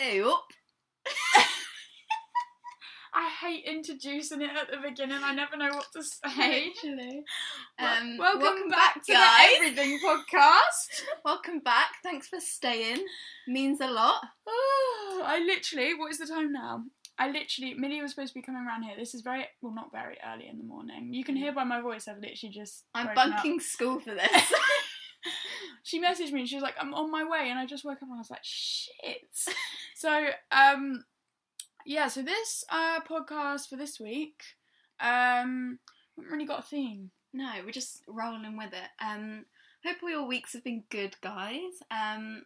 Ew. I hate introducing it at the beginning. I never know what to say. Actually. Wel- Um, welcome, back, to guys. the Everything Podcast. Welcome back. Thanks for staying. Means a lot. Oh, I literally, what is the time now? I literally, Millie was supposed to be coming around here. This is very, well, not very early in the morning. You can hear by my voice, I've literally just. I'm woken up. bunking school for this. She messaged me and she was like, I'm on my way. And I just woke up and I was like, shit. so, um, yeah, so this uh, podcast for this week, um, haven't really got a theme. no, we're just rolling with it. Um, hope all your weeks have been good, guys. Um,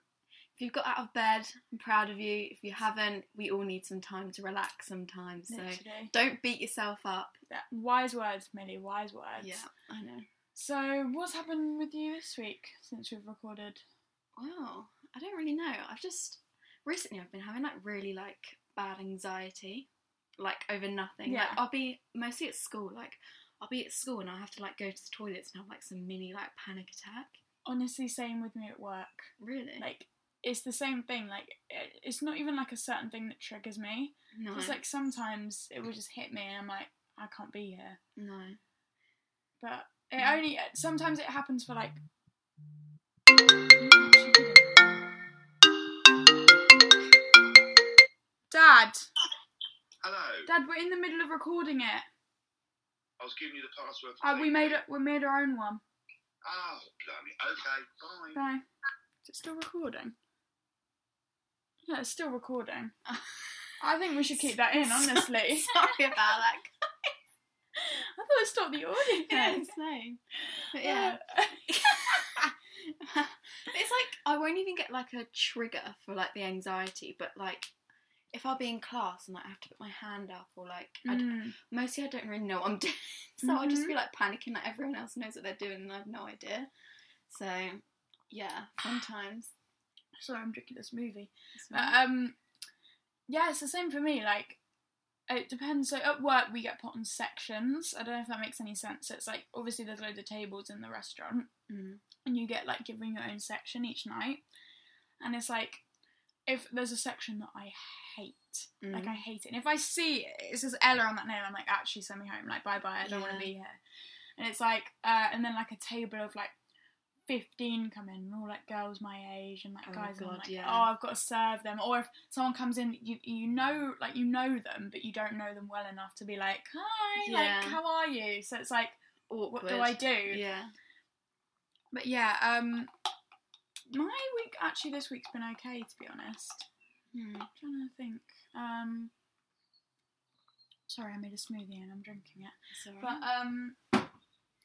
if you've got out of bed, I'm proud of you. If you haven't, we all need some time to relax sometimes. So Literally. don't beat yourself up. That- wise words, Millie, wise words. Yeah, I know. So, what's happened with you this week since we've recorded? Wow, I don't really know. I've just recently I've been having like really like bad anxiety, like over nothing. Like Yeah. I'll be mostly at school. Like I'll be at school and I will have to like go to the toilets and have like some mini like panic attack. Honestly, same with me at work. Really? Like, it's the same thing. Like, it, it's not even like a certain thing that triggers me. no, It's like sometimes it will just hit me and I'm like, I can't be here. no. But it Mm. only sometimes it happens for like. Dad, Hello. Dad, we're in the middle of recording it. I was giving you the password. For Uh, we Blink. made it. We made our own one. Oh, blimey. Okay, fine. No, is it still recording? No, it's still recording. I think we should keep that in. Honestly, I Sorry about that. thought it stopped the audio. Yeah, insane. But yeah, Uh, it's like I won't even get like a trigger for like the anxiety, but like if I'll be in class and like I have to put my hand up or like I d- Mm. mostly I don't really know what I'm doing, so I'll just Mhm. be like panicking that everyone else knows what they're doing and I have no idea. So yeah, sometimes. Sorry, I'm drinking this movie. it's But, fine. um, yeah, it's the same for me. Like, it depends. So at work, we get put on sections. I don't know if that makes any sense. It's like obviously there's loads of tables in the restaurant, Mm. and you get like given your own section each night. And it's like if there's a section that I hate, like Mm. I hate it. And if I see it, it says Ella on that name, I'm like actually send me home. Like bye bye, I don't want Yeah. to be here. And it's like, uh, and then like a table of like. 15 come in, and all like girls my age and like Oh, guys, and I'm God, like, yeah. oh, I've got to serve them. Or if someone comes in, you you know, like you know them, but you don't know them well enough to be like, hi, Yeah. like how are you? So it's like, oh, what do Awkward. I do? Yeah. But yeah, um, my week actually this week's been okay to be honest. Hmm. I'm trying to think. Um, sorry, I made a smoothie and I'm drinking it. it's alright. But um,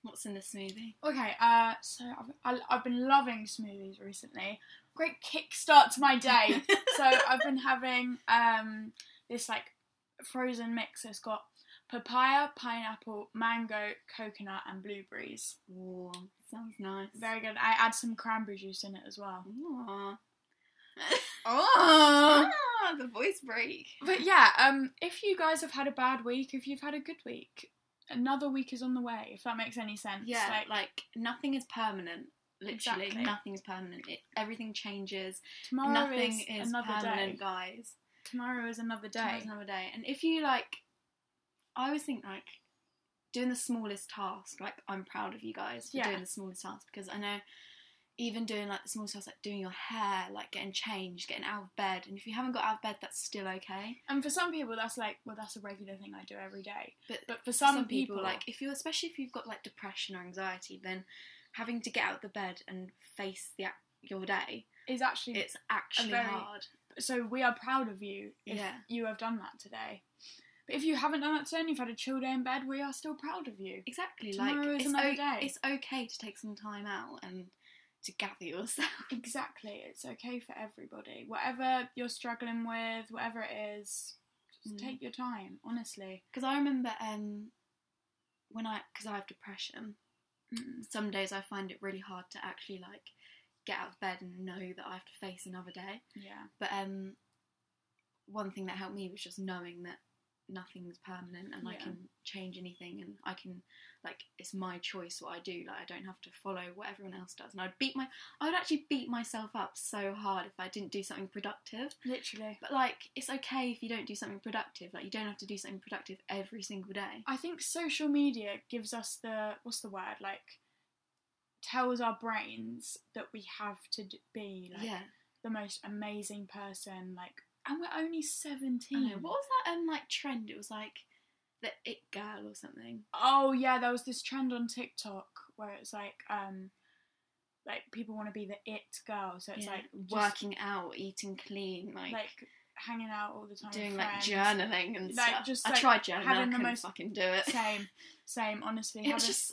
What's in the smoothie? okay. Uh, so I've I, I've been loving smoothies recently. Great kickstart to my day. so I've been having um this like frozen mix. It's got papaya, pineapple, mango, coconut, and blueberries. Ooh, sounds nice. Very good. I add some cranberry juice in it as well. Aw. Oh. Ah, the voice break. But yeah, um, if you guys have had a bad week, if you've had a good week, another week is on the way. If that makes any sense. Yeah, like, nothing is permanent. Literally, Exactly. nothing is permanent. It, everything changes. tomorrow nothing is, is, another permanent, day. guys. Tomorrow is another day. Tomorrow's another day. And if you like, I always think like doing the smallest task. Like I'm proud of you guys for Yeah. doing the smallest task because I know even doing like the smallest task, like doing your hair, like getting changed, getting out of bed. And if you haven't got out of bed, that's still okay. And for some people, that's like, well, that's a regular thing I do every day. But But for some, people, like if you especially if you've got like depression or anxiety then having to get out of the bed and face the ac- your day is actually it's actually very- hard so we are proud of you if Yeah. you have done that today. But if you haven't done that today and you've had a chill day in bed, we are still proud of you. exactly Tomorrow like is it's, another o- day. it's okay to take some time out and to gather yourself Exactly. It's okay for everybody. Whatever you're struggling with, whatever it is, just Mm. take your time, honestly. because i remember um when i because i have depression Mm. some days i find it really hard to actually like get out of bed and know that i have to face another day Yeah. But um, one thing that helped me was just knowing that nothing's permanent and I Yeah. can change anything and I can like it's my choice what I do. Like I don't have to follow what everyone else does. And I'd beat my I would actually beat myself up so hard if I didn't do something productive. Literally. But like it's okay if you don't do something productive. Like you don't have to do something productive every single day. I think social media gives us the what's the word like tells our brains that we have to d- be like yeah. the most amazing person like and we're only I 17. know. What was that um like trend? It was like the it girl or something. Oh yeah, there was this trend on TikTok where it's like um like people want to be the it girl, so it's Yeah. like just, working out, eating clean, like, like hanging out all the time, with doing like friends. journaling and Like, stuff. just, I like, tried journaling, I having the couldn't most- fucking do it. Same, same. Honestly, It's having- just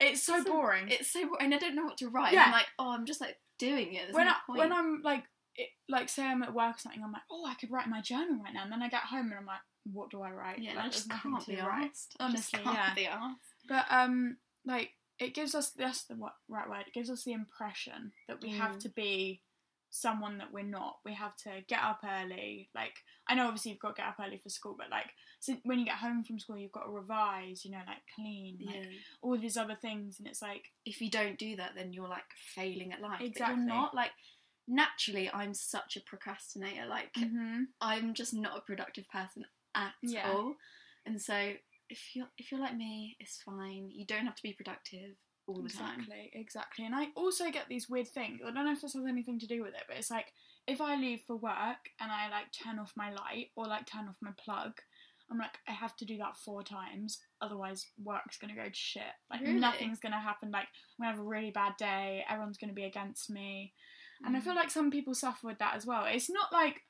it's so so- boring. it's so and I don't know what to write. Yeah. I'm like, oh, I'm just like doing it. There's when no I, point. when I'm like it, like say I'm at work or something, I'm like, oh, I could write my journal right now, and then I get home and I'm like, what do I write? yeah, and Like, I there's just nothing can't to be arsed. I write. just honestly, can't yeah. be arsed. But um, like it gives us that's the wa- right word. It gives us the impression that we have Mm. to be someone that we're not. We have to get up early. Like I know obviously you've got to get up early for school, but like so when you get home from school, you've got to revise. You know, like clean, like Yeah. all these other things, and it's like If you don't do that, then you're like failing at life. But Exactly. you're not like. Naturally, I'm such a procrastinator. Like, I'm just not a productive person at Mm-hmm. Yeah. all. And so, if you're if you're like me, it's fine. You don't have to be productive all the time. Exactly, exactly. And I also get these weird things. I don't know if this has anything to do with it, but it's like if I leave for work and I like turn off my light or like turn off my plug, I'm like I have to do that four times, otherwise work's gonna go to shit. Like Really? nothing's gonna happen. Like I'm gonna have a really bad day. Everyone's gonna be against me. And Mm. I feel like some people suffer with that as well. It's not like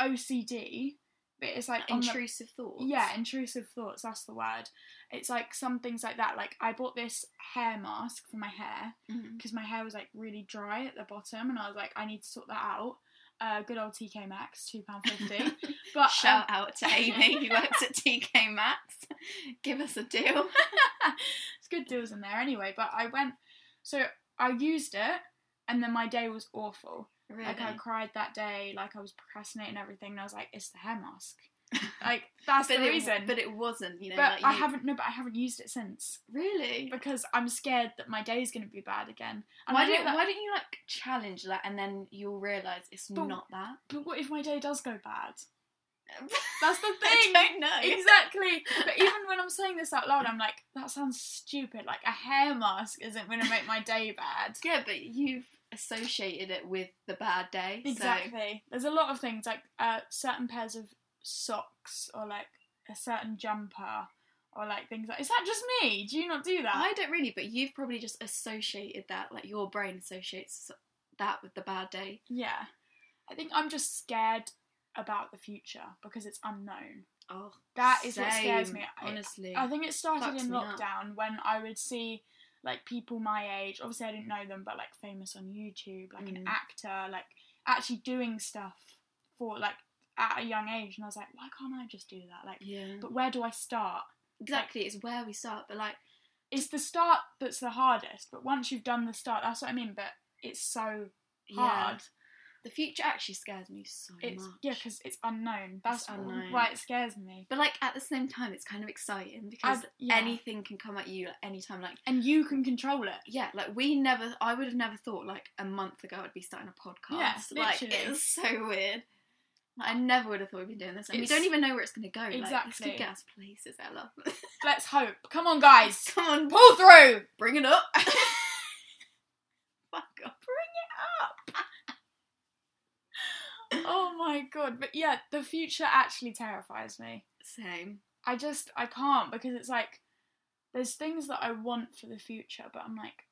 OCD, but it's like on the intrusive thoughts. yeah, intrusive thoughts, that's the word. It's like some things like that. Like, I bought this hair mask for my hair Mhm. because my hair was like really dry at the bottom, and I was like, I need to sort that out. Uh, good old TK Maxx, £2.50. but, Shout um, out to Amy who works at TK Maxx. Give us a deal. uh, it's good deals in there anyway. But I went, so I used it, and then my day was awful. Really? Like, I cried that day, like, I was procrastinating and everything, and I was like, it's the hair mask. Like, that's but the it, reason. But it wasn't, you know. But like I you- haven't, no, but I haven't used it since. really. because I'm scared that my day is going to be bad again. And Why I don't don't. Why don't you like challenge that, and then you'll realize it's But- not that. but what if my day does go bad? That's the I thing. don't know. Exactly. But even when I'm saying this out loud, I'm like, that sounds stupid. Like a hair mask isn't going to make my day bad. Yeah, but you've associated it with the bad day. so- Exactly. There's a lot of things like uh, certain pairs of socks or like a certain jumper or like things like. Is that just me? Do you not do that? I don't really, but you've probably just associated that, like your brain associates that with the bad day. yeah. I think I'm just scared about the future because it's unknown. Oh, That is what scares same, me. I- Honestly, I think it started Fucks in me up. lockdown when I would see like people my age. Obviously, I didn't know them, but like famous on YouTube, like an Mm. actor, like actually doing stuff for like at a young age, and I was like, why can't I just do that? Like, yeah, but where do I start? exactly. It's where we start, but like, It's the start that's the hardest, but once you've done the start, that's what I mean. But it's so yeah, hard. the future actually scares me so It's much. yeah, because it's unknown. That's unknown. why it scares me. but like at the same time, it's kind of exciting because yeah. anything can come at you at any time. Like, And you can control it. yeah, like we never, I would have never thought like a month ago I'd be starting a podcast. Yeah, like literally. it's so weird. Like, I never would have thought we'd be doing this, and It's- we don't even know where it's going to go. Like, this Exactly. could get us places, Ella. Let's hope. Come on, guys, Come on, pull through. bring it up. Fuck up. oh my god but yeah the future actually terrifies me Same. i just i can't because it's like there's things that i want for the future but i'm like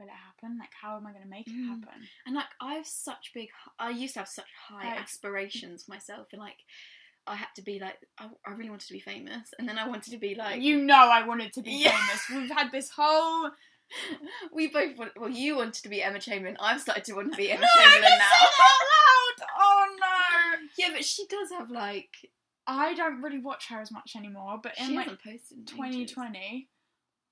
will it happen like how am i going to make it Mm. happen And like I have such big, I used to have such high Right. aspirations for myself, and like I had to be like, I, I really wanted to be famous, and then I wanted to be like, you know i wanted to be Yeah. famous we've had this whole we both want, well, you wanted to be Emma Chamberlain, I've started to want to be Emma no i can Chamberlain say now. that out loud oh no Yeah, but she does have like, i don't really watch her as much anymore but in she like hasn't posted in ages. 2020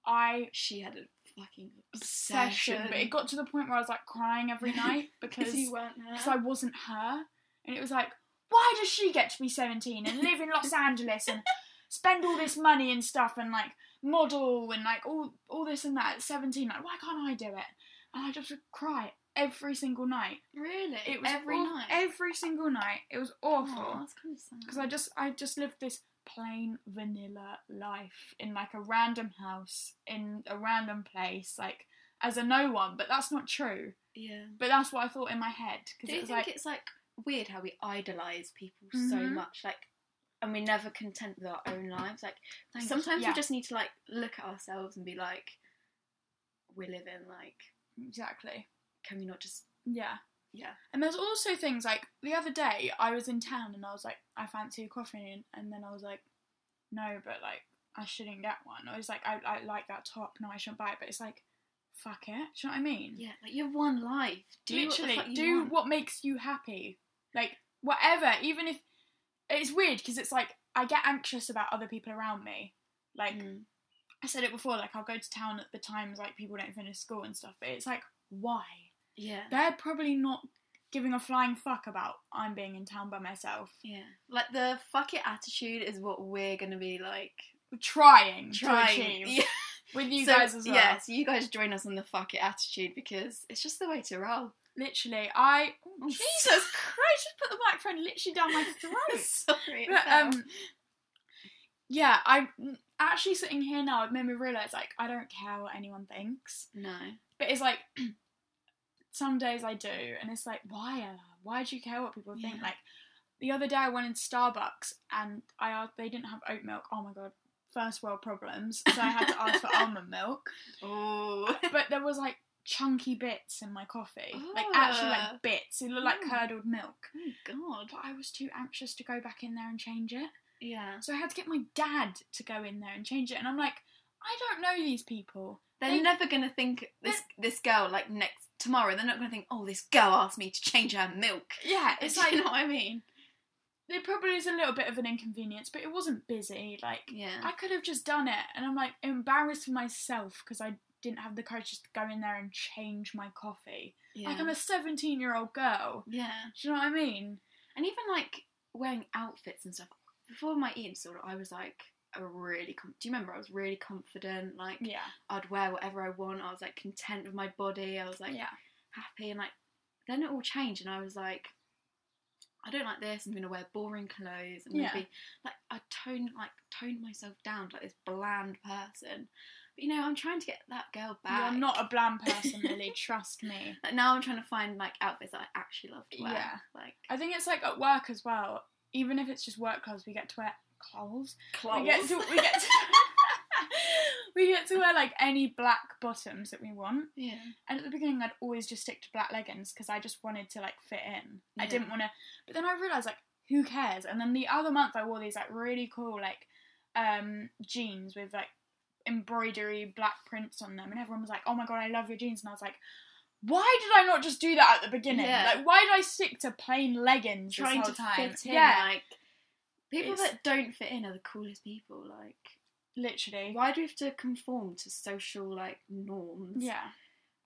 i She had a fucking obsession obsession, but it got to the point where i was like crying every night because because you weren't because her. I wasn't her. And it was like, why does she get to be 17 and live in Los Angeles and spend all this money and stuff and like model and like all all this and that at 17? Like, why can't I do it? And I just would cry every single night. Really? It was every aw- night. Every single night. It was Oh, awful that's kind of sad. because I just I just lived this plain vanilla life in like a random house in a random place like as a no one but that's not true yeah. but that's what I thought in my head Do because you it was think like it's like weird how we idolize people so Mhm. much, like, and we're never content with our own lives? Like, Thank you. sometimes Yeah. we just need to like look at ourselves and be like, we live in like, exactly can we not just? yeah Yeah. and there's also things like the other day I was in town and I was like I fancy a coffee and, and then I was like no but like I shouldn't get one I was like I, I like that top no I shouldn't buy it but it's like fuck it do you know what I mean Yeah, like you have one life. Do literally what the fuck you do want. what makes you happy like whatever even if it's weird because it's like i get anxious about other people around me like Mm. i said it before like i'll go to town at the times like people don't finish school and stuff but it's like why Yeah. they're probably not giving a flying fuck about i'm being in town by myself Yeah. Like the fuck it attitude is what we're gonna be like trying trying. to achieve Yeah. with you So, guys as well Yeah, so you guys join us on the fuck it attitude because it's just the way to roll. literally i Oh, jesus christ just put the microphone literally down my throat Sorry. it But, fell. um, yeah, I actually sitting here now, it made me realize like I don't care what anyone thinks, no. but it's like some days I do, and it's like why, Ella? Why do you care what people think? Yeah. Like the other day, I went in Starbucks and I asked, they didn't have oat milk. Oh my god, first world problems. So I had to ask for almond milk, Oh. but there was like chunky bits in my coffee, like Oh. actually like bits. It looked like Mm. curdled milk. God. But I was too anxious to go back in there and change it. Yeah. So I had to get my dad to go in there and change it. And I'm like, I don't know these people. They're They- never gonna think this this girl like next tomorrow. They're not gonna think, oh, this girl asked me to change her milk. Yeah, It's it's Do like, like you know what I mean? there probably is a little bit of an inconvenience, but it wasn't busy. Like Yeah. I could have just done it, and I'm like embarrassed for myself because I didn't have the courage just to go in there and change my coffee. yeah. Like I'm a 17 year old girl. yeah. Do you know what I mean? And even like wearing outfits and stuff. Before my eating disorder, I was like a really. Com- Do you remember? I was really confident. Like Yeah, I'd wear whatever I want. I was like content with my body. I was like yeah, happy and like. Then it all changed, and I was like, I don't like this. I'm gonna wear boring clothes. I'm gonna Yeah. be like I toned like toned myself down to like this bland person. But you know, I'm trying to get that girl back. you're not a bland person, Lily. trust me. Like now, I'm trying to find like outfits that I actually love to wear. Yeah. Like I think it's like at work as well. Even if it's just work clothes, we get to wear clothes. clothes. We get to we get to we get to wear like any black bottoms that we want. yeah. And at the beginning, I'd always just stick to black leggings because I just wanted to like fit in. I Yeah. didn't want to. But then I realized like who cares? And then the other month, I wore these like really cool like um jeans with like embroidery black prints on them, and everyone was like, "Oh my god, I love your jeans!" And I was like. Why did I not just do that at the beginning? Yeah. Like, why did I stick to plain leggings trying this to whole time? fit in. yeah, Like people It's- that don't fit in are the coolest people. Like literally. why do we have to conform to social like norms Yeah.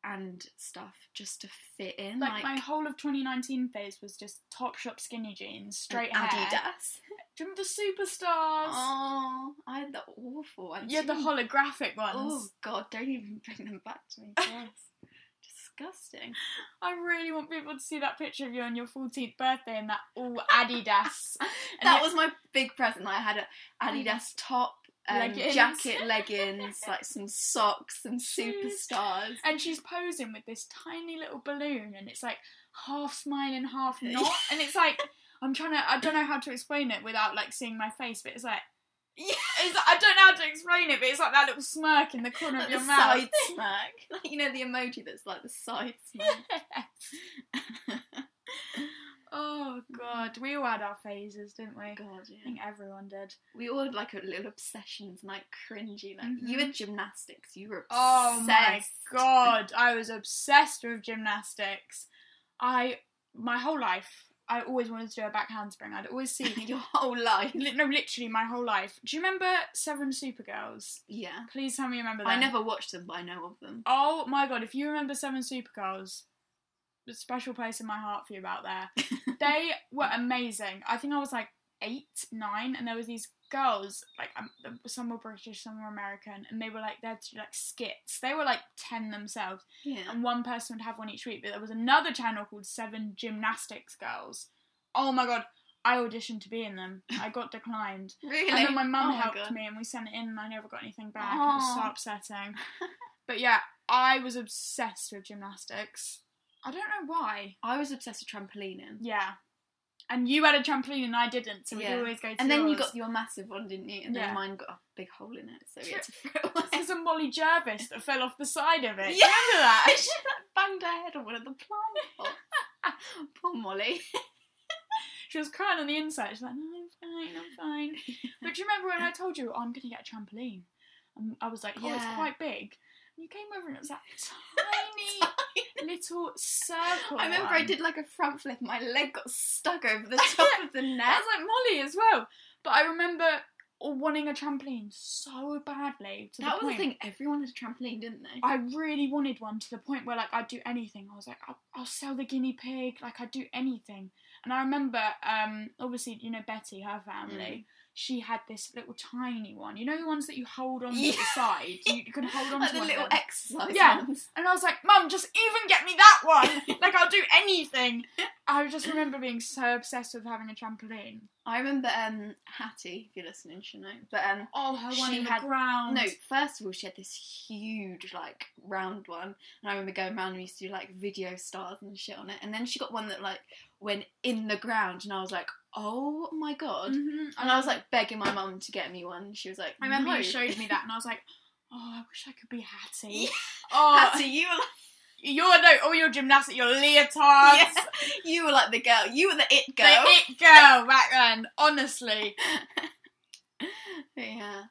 and stuff just to fit in? like, my whole of 2019 phase was just top shop skinny jeans, straight and hair. Adidas. Do you remember the superstars? Oh, I had the awful ones. yeah, the too. holographic Oh ones. God! Don't even bring them back to me. Yes. Disgusting. I really want people to see that picture of you on your 14th birthday in that all Adidas And that yet- was my big present. Like, I had a Adidas top, um, Leggings. jacket, leggings, like some socks, some Shoes. superstars. and she's posing with this tiny little balloon and it's like half smiling half not and it's like i'm trying to i don't know how to explain it without like seeing my face but it's like yeah, it's, I don't know how to explain it, but it's like that little smirk in the corner like of your the mouth. side smack. Like you know the emoji that's like the side smack. Oh god, we all had our phases, didn't we? I Oh God, think yeah. everyone did. We all had like a little obsessions, and, like cringy. Like Mhm. you had gymnastics, you were obsessed. Oh my god, I was obsessed with gymnastics. I my whole life, I always wanted to do a back handspring. I'd always see Your whole life. li- no, literally my whole life. Do you remember Seven Supergirls? Yeah. Please tell me you remember them. I never watched them, but I know of them. Oh my god, if you remember Seven Supergirls, special place in my heart for you about there. they were amazing. I think I was like eight, nine, and there was these girls like um, some were British, some were American, and they were like there to do like skits. They were like ten themselves, Yeah. and one person would have one each week. But there was another channel called Seven Gymnastics Girls. Oh my god, I auditioned to be in them. I got declined. Really? And then my mum Oh helped God. me, and we sent it in, and I never got anything back. and It was so Aw. upsetting. but yeah, I was obsessed with gymnastics. I don't know why. I was obsessed with trampolining. Yeah, and you had a trampoline, and I didn't, so we Yeah. would always go. To And then you yours. got your massive one, didn't you? And Yeah. then mine got a big hole in it, so we had to throw it This away. is a Molly Jervis that fell off the side of it. Yeah. Remember that? she like, banged her head on one of the plant pots. Poor Molly. She was crying on the inside. She's like, no, I'm fine, I'm fine. But do you remember when I told you, oh, I'm going to get a trampoline? And I was like, oh, it's Yeah. quite big. And you came over and it was that tiny little circle. I remember I one. did like a front flip. My leg got stuck over the top of the net. That's like Molly as well. But I remember wanting a trampoline so badly. To That the was point. the thing. Everyone had a trampoline, didn't they? I really wanted one to the point where like I'd do anything. I was like, I'll, I'll sell the guinea pig. Like I'd do anything. And I remember, um, obviously, you know Betty, her family. She had this little tiny one. You know the ones that you hold on to the Yeah. side. You, you can hold on like to the one of little them. exercise Yeah. ones. And I was like, Mum, just even get me that one. like I'll do anything. I just remember being so obsessed with having a trampoline. I remember um, Hattie, if you're listening, she know. But um, Oh, her one She in had- the ground. No, first of all, she had this huge, like, round one, and I remember going round and we used to do like video stars and shit on it. And then she got one that like went in the ground, and I was like, oh my god! Mhm. And I was like begging my mum to get me one. She was like, I remember no. you showed me that, and I was like, oh, I wish I could be Hattie. Yeah. Oh, Hattie, you were like, You're no, all your gymnastics, your leotards, Yeah, you were like the girl. You were the it the girl. it girl back then. Honestly, yeah,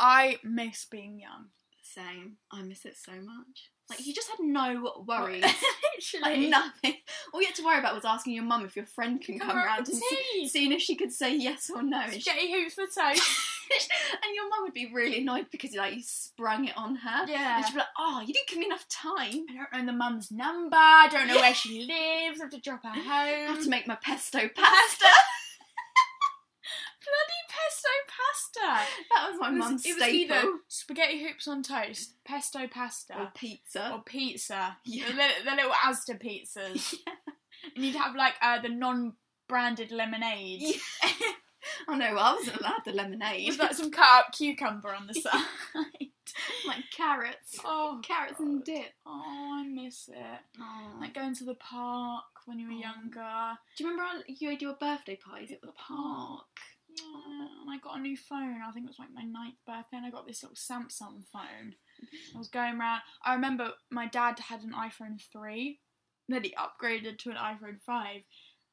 I miss being young. same. I miss it so much. Like you just had no worries, like Literally, nothing. All you had to worry about was asking your mum if your friend can come round and see, seeing if she could say yes or no. And she Spaghetti hoops for toast. and your mum would be really annoyed because like you sprung it on her. Yeah. And she'd be like, "Oh, you didn't give me enough time. I don't know the mum's number. I don't know Yeah. where she lives. I have to drop her home. I have Bloody to make my pesto Mm. pasta." pesto pasta. that was my It was- mum's It staple. was either spaghetti hoops on toast, pesto or pasta, pizza. or pizza. Yeah. The, li- the little Asda pizzas. And you'd have like uh, the non-branded lemonade. Yeah. oh no, I wasn't allowed the lemonade. You've got some cut up cucumber on the side. like carrots, oh, carrots and dip. oh, I miss it. Like, Like going to the park when you were Oh. younger. do you remember how you had your birthday parties at the park? Yeah, and I got a new phone. I think it was like my ninth birthday, and I got this little Samsung phone. I was going around. I remember my dad had an iPhone 3, then he upgraded to an iPhone 5,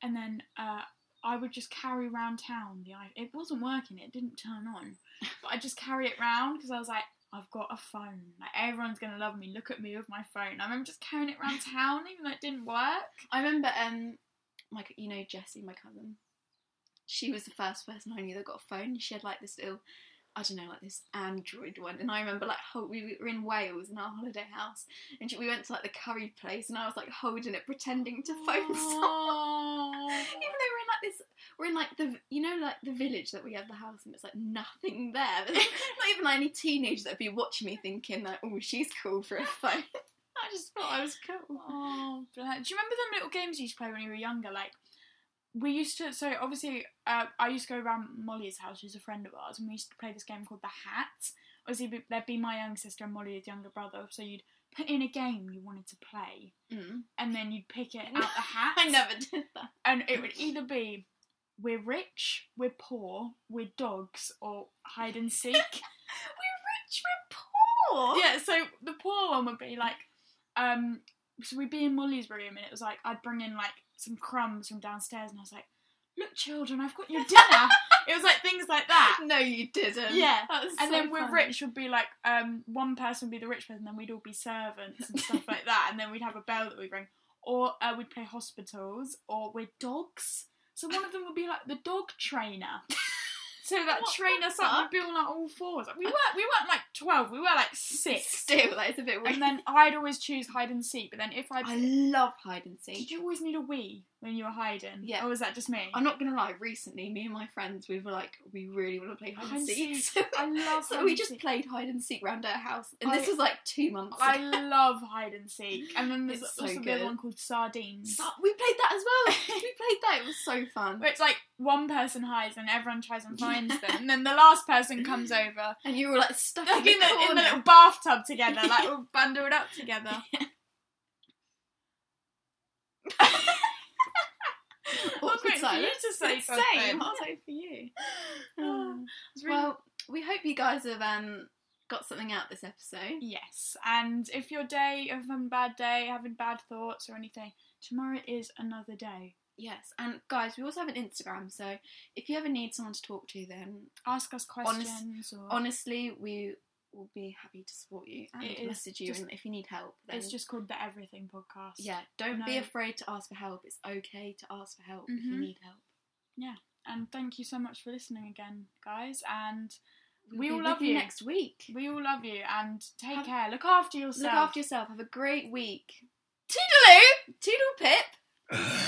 and then uh, I would just carry round town the iPhone. It wasn't working, it didn't turn on. But I just carry it round because I was like, I've got a phone. Like, everyone's going to love me. Look at me with my phone. I remember just carrying it round town, even though it didn't work. I remember, um, my c- you know Jessie, my cousin. She was the first person I knew that got a phone. She had like this little, I don't know, like this Android one. And I remember like ho- we were in Wales in our holiday house, and she- we went to like the curry place, and I was like holding it, pretending to phone someone. Oh. Even though we're in like this, we're in like the you know like the village that we have the house, and it's like nothing there. There's not even like, any teenagers that'd be watching me, thinking like, oh, she's cool for a phone. I just thought I was cool. Oh, bla- do you remember them little games you used to play when you were younger? Like, we used to. So obviously, uh, I used to go around Molly's house, who's a friend of ours, and we used to play this game called the Hat. Obviously, be- there'd be my young sister and Molly's younger brother. So you'd put in a game you wanted to play, Mm. and then you'd pick it out the hat. I never did that. And it would either be we're rich, we're poor, we're dogs, or hide and seek. We're rich, we're poor. yeah, so the poor one would be like, um, so we'd be in Molly's room, and it was like I'd bring in like some crumbs from downstairs, and I was like, "Look, children, I've got your dinner." it was like things like that. No, you didn't. Yeah, That was And so then we're funny. rich would be like, um, one person would be the rich person, then we'd all be servants and stuff like that, and then we'd have a bell that we'd ring, or uh, we'd play hospitals, or we're dogs. So one of them would be like the dog trainer. to like What train the us up and fuck? be on like all fours. Like, we weren't we weren't like twelve, we were like six. Still, that is a bit weird. And then I'd always choose hide and seek, but then if I, I love hide and did seek. you always need a wee when you were hiding? Yeah. Or was that just me? I'm not gonna lie. Recently, me and my friends, we were like, we really want to play hide and seek. So, I love so hide we and just seek. played hide and seek round our house, and I- this was like two months I ago. love hide and seek. And then there's It's so also the good. other one called sardines. So- we played that as well. we played that. It was so fun. where it's like one person hides and everyone tries and finds them, and then the last person comes over, And you were like stuck like in in the corner. the, in the little bathtub together, like all bundled up together. I was Awkward waiting for you silence. to say Same. something. I was like, for you. Oh, It's really- Well, we hope you guys have um, got something out this episode. yes, and if your day, if having a bad day, having bad thoughts or anything, tomorrow is another day. Yes, and guys, we also have an Instagram, so if you ever need someone to talk to, then Ask us Honest- questions or honestly, we will be happy to support you and It is message you. just- and if you need help, then it's just called the Everything Podcast. yeah, don't be No. afraid to ask for help. It's okay to ask for help if Mhm. you need help. And thank you so much for listening again, guys. And We'll We be all with love you. next week. we all love you. And take Have- care. Look after yourself. Look after yourself. Have a great week. Toodaloo. Toodle pip. Hello.